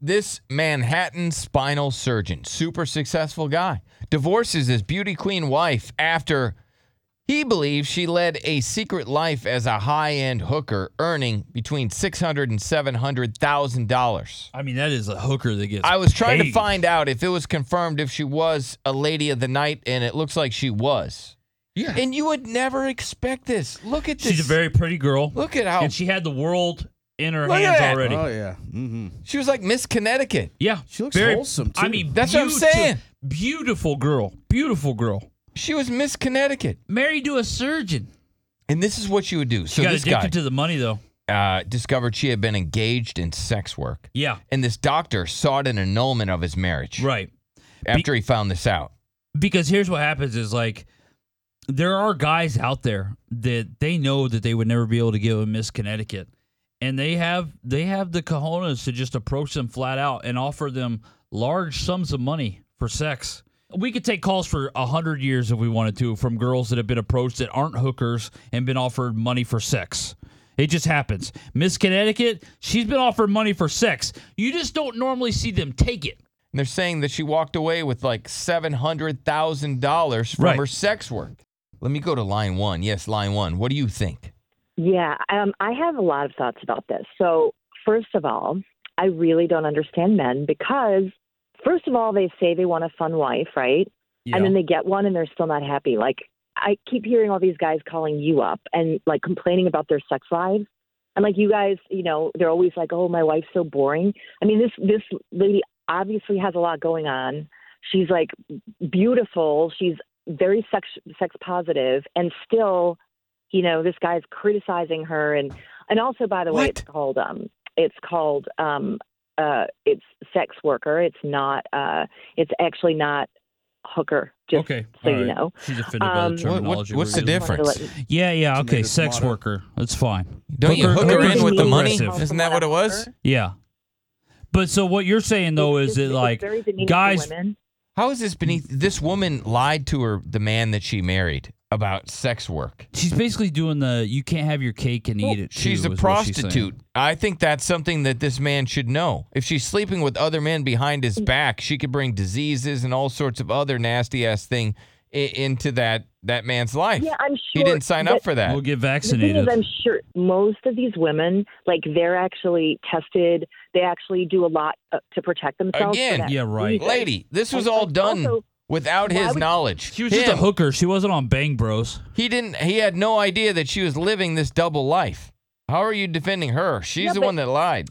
this Manhattan spinal surgeon, super successful guy, divorces his beauty queen wife after he believes she led a secret life as a high-end hooker, earning between six hundred and seven hundred thousand dollars. I mean, that is a hooker that gets. I was trying to paid. find out if it was confirmed if she was a lady of the night, and it looks like she was. Yeah. And you would never expect this. Look at this. She's a very pretty girl. look at how And she had the world in her Look at hands that. already. Oh yeah. Mm-hmm. she was like Miss Connecticut. yeah. She looks wholesome, I too. mean, That's what I'm beauti- saying. Beautiful girl. Beautiful girl. She was Miss Connecticut, Married to a surgeon. and this is what she would do. So She got this addicted guy to the money, though. uh, discovered she had been engaged in sex work, Yeah. and this doctor sought an annulment of his marriage Right. after he found this out. because here's what happens is like there are guys out there that they know that they would never be able to give a miss connecticut and they have they have the cojones to just approach them flat out and offer them large sums of money for sex we could take calls for a hundred years if we wanted to from girls that have been approached that aren't hookers and been offered money for sex it just happens miss connecticut she's been offered money for sex you just don't normally see them take it And they're saying that she walked away with like seven hundred thousand dollars from Right. her sex work. Let me go to line one. Yes, line one. What do you think? Yeah, um, I have a lot of thoughts about this. So, first of all, I really don't understand men because, first of all, they say they want a fun wife, right? And then they get one and they're still not happy. Like, I keep hearing all these guys calling you up and like complaining about their sex lives. And like you guys, you know, they're always like, "Oh, my wife's so boring." I mean, this this lady obviously has a lot going on. She's like beautiful. She's very sex sex positive, and still, you know, this guy's criticizing her. And and also, by the way, it's called um, it's called um, uh, it's sex worker. It's not. Uh, it's actually not hooker. Just okay so all you right. know. she's offended by Um, the What- what- terminology what's we're the using. difference? Just wanted to let you- Yeah, yeah, okay. it's Sex modern. worker. That's fine. Don't you hook her hooker in with the is money? progressive. Isn't that what it was? Yeah. But so what you're saying though It's is just- that it's like very demeaning to guys women. How is this beneath? This woman lied to her, the man that she married, about sex work. she's basically doing the you can't have your cake and eat it. Too, She's a is what saying. prostitute. I think that's something that this man should know. If she's sleeping with other men behind Mm. his back, she could bring diseases and all sorts of other nasty ass thing i- into that that man's life. Yeah, I'm sure he didn't sign up that- for that. We'll get The thing is, vaccinated. I'm sure most of these women, like they're actually tested. They actually do a lot uh, to protect themselves. for Again, that yeah, right. reason. Lady, this was And- all and done also, without his would- knowledge. She was just a Him, hooker. She wasn't on Bang Bros. He didn't. He had no idea that she was living this double life. How are you defending her? She's Yeah, the but- one that lied.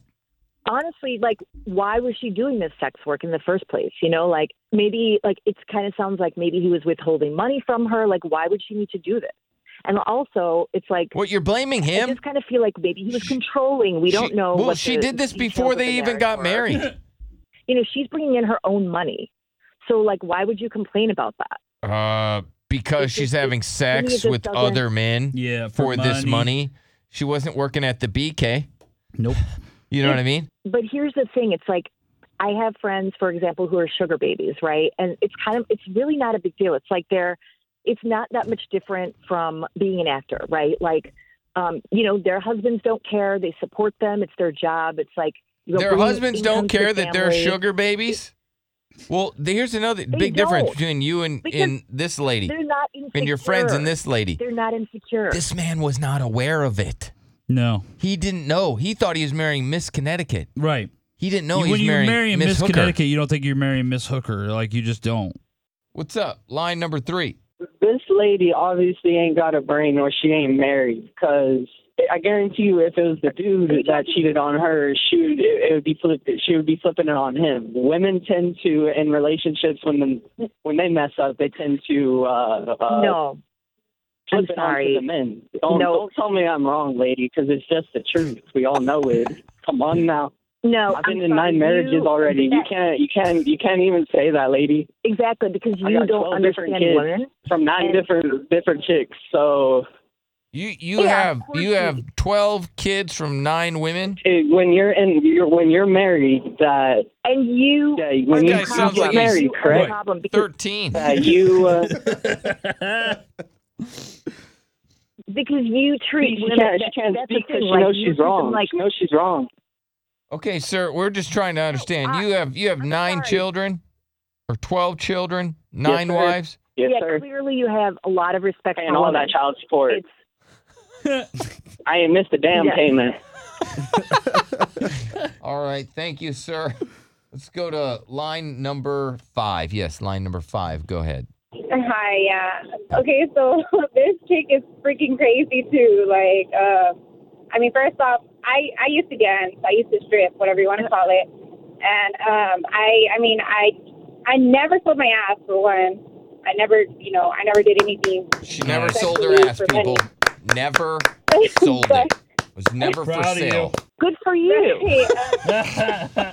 honestly, like, why was she doing this sex work in the first place? You know, like maybe, like it kind of sounds like maybe he was withholding money from her. Like, why would she need to do this? And also, it's like What you're blaming I him? just kind of feel like maybe he was controlling. We don't She- know. Well, what she the did this details before of the they even got marriage married. were. You know, she's bringing in her own money. So, like, why would you complain about that? Uh, It because just- she's it- having to me, it sex just with doesn't- other men Yeah, for this money. She wasn't working at the BK. Nope. You know what I mean? but here's the thing it's like i have friends for example who are sugar babies right and it's kind of it's really not a big deal it's like they're it's not that much different from being an actor right like um you know their husbands don't care they support them it's their job it's like you know, Their bringing husbands income don't to the care that they're family. sugar babies. Well, th- here's another big difference don't. between you and, Because and this lady they're not insecure. and your friends and this lady. they're not insecure This man was not aware of it. No. He didn't know. He thought he was marrying Miss Connecticut. Right. He didn't know he when was you're marrying, marrying Miss Miss Hooker. Connecticut, you don't think you're marrying Miss Hooker. Like you just don't. What's up? Line number three. this lady obviously ain't got a brain or she ain't married because I guarantee you if it was the dude that cheated on her, she would, it, it would be flipped, she would be flipping it on him. Women tend to in relationships when the, when they mess up, they tend to uh, uh no flip I'm it onto sorry. the men. Don't, No. don't tell me I'm wrong, lady, because it's just the truth. We all know it. Come on now. no I've been I'm in sorry. nine marriages You- already. You that- can't you can't you can't even say that, lady. exactly because I you got don't 12 different understand kids. women From nine And- different different chicks, so You you Yeah, have of course you he- have twelve kids from nine women. it, when you're in you're, when you're married that and you yeah, That when you guy sounds get like he's- married You are the correct problem because Thirteen. that you uh, because you treat she women. can't that- she can't that's the speak because thing, she like, knows you she's treat them wrong Like, she knows she's wrong Okay, sir, we're just trying to understand. I- You have you have I'm nine sorry. children or 12 children, nine sir. wives? Yes, yeah, sir. clearly you have a lot of respect Paying for all women. that child support. It's I ain't missed a damn Yes. payment. All right, thank you, sir. Let's go to line number 5. Yes, line number 5. Go ahead. Hi, yeah. Okay, so this chick is freaking crazy too. Like, uh, I mean, first off, I I used to dance, I used to strip, whatever you want to call it, and um, I I mean, I I never sold my ass for one. I never, you know, I never did anything. She never Nice. sold her ass, people. Never sold it. But- Was never for Proud of you. sale. good for you. Hey, uh,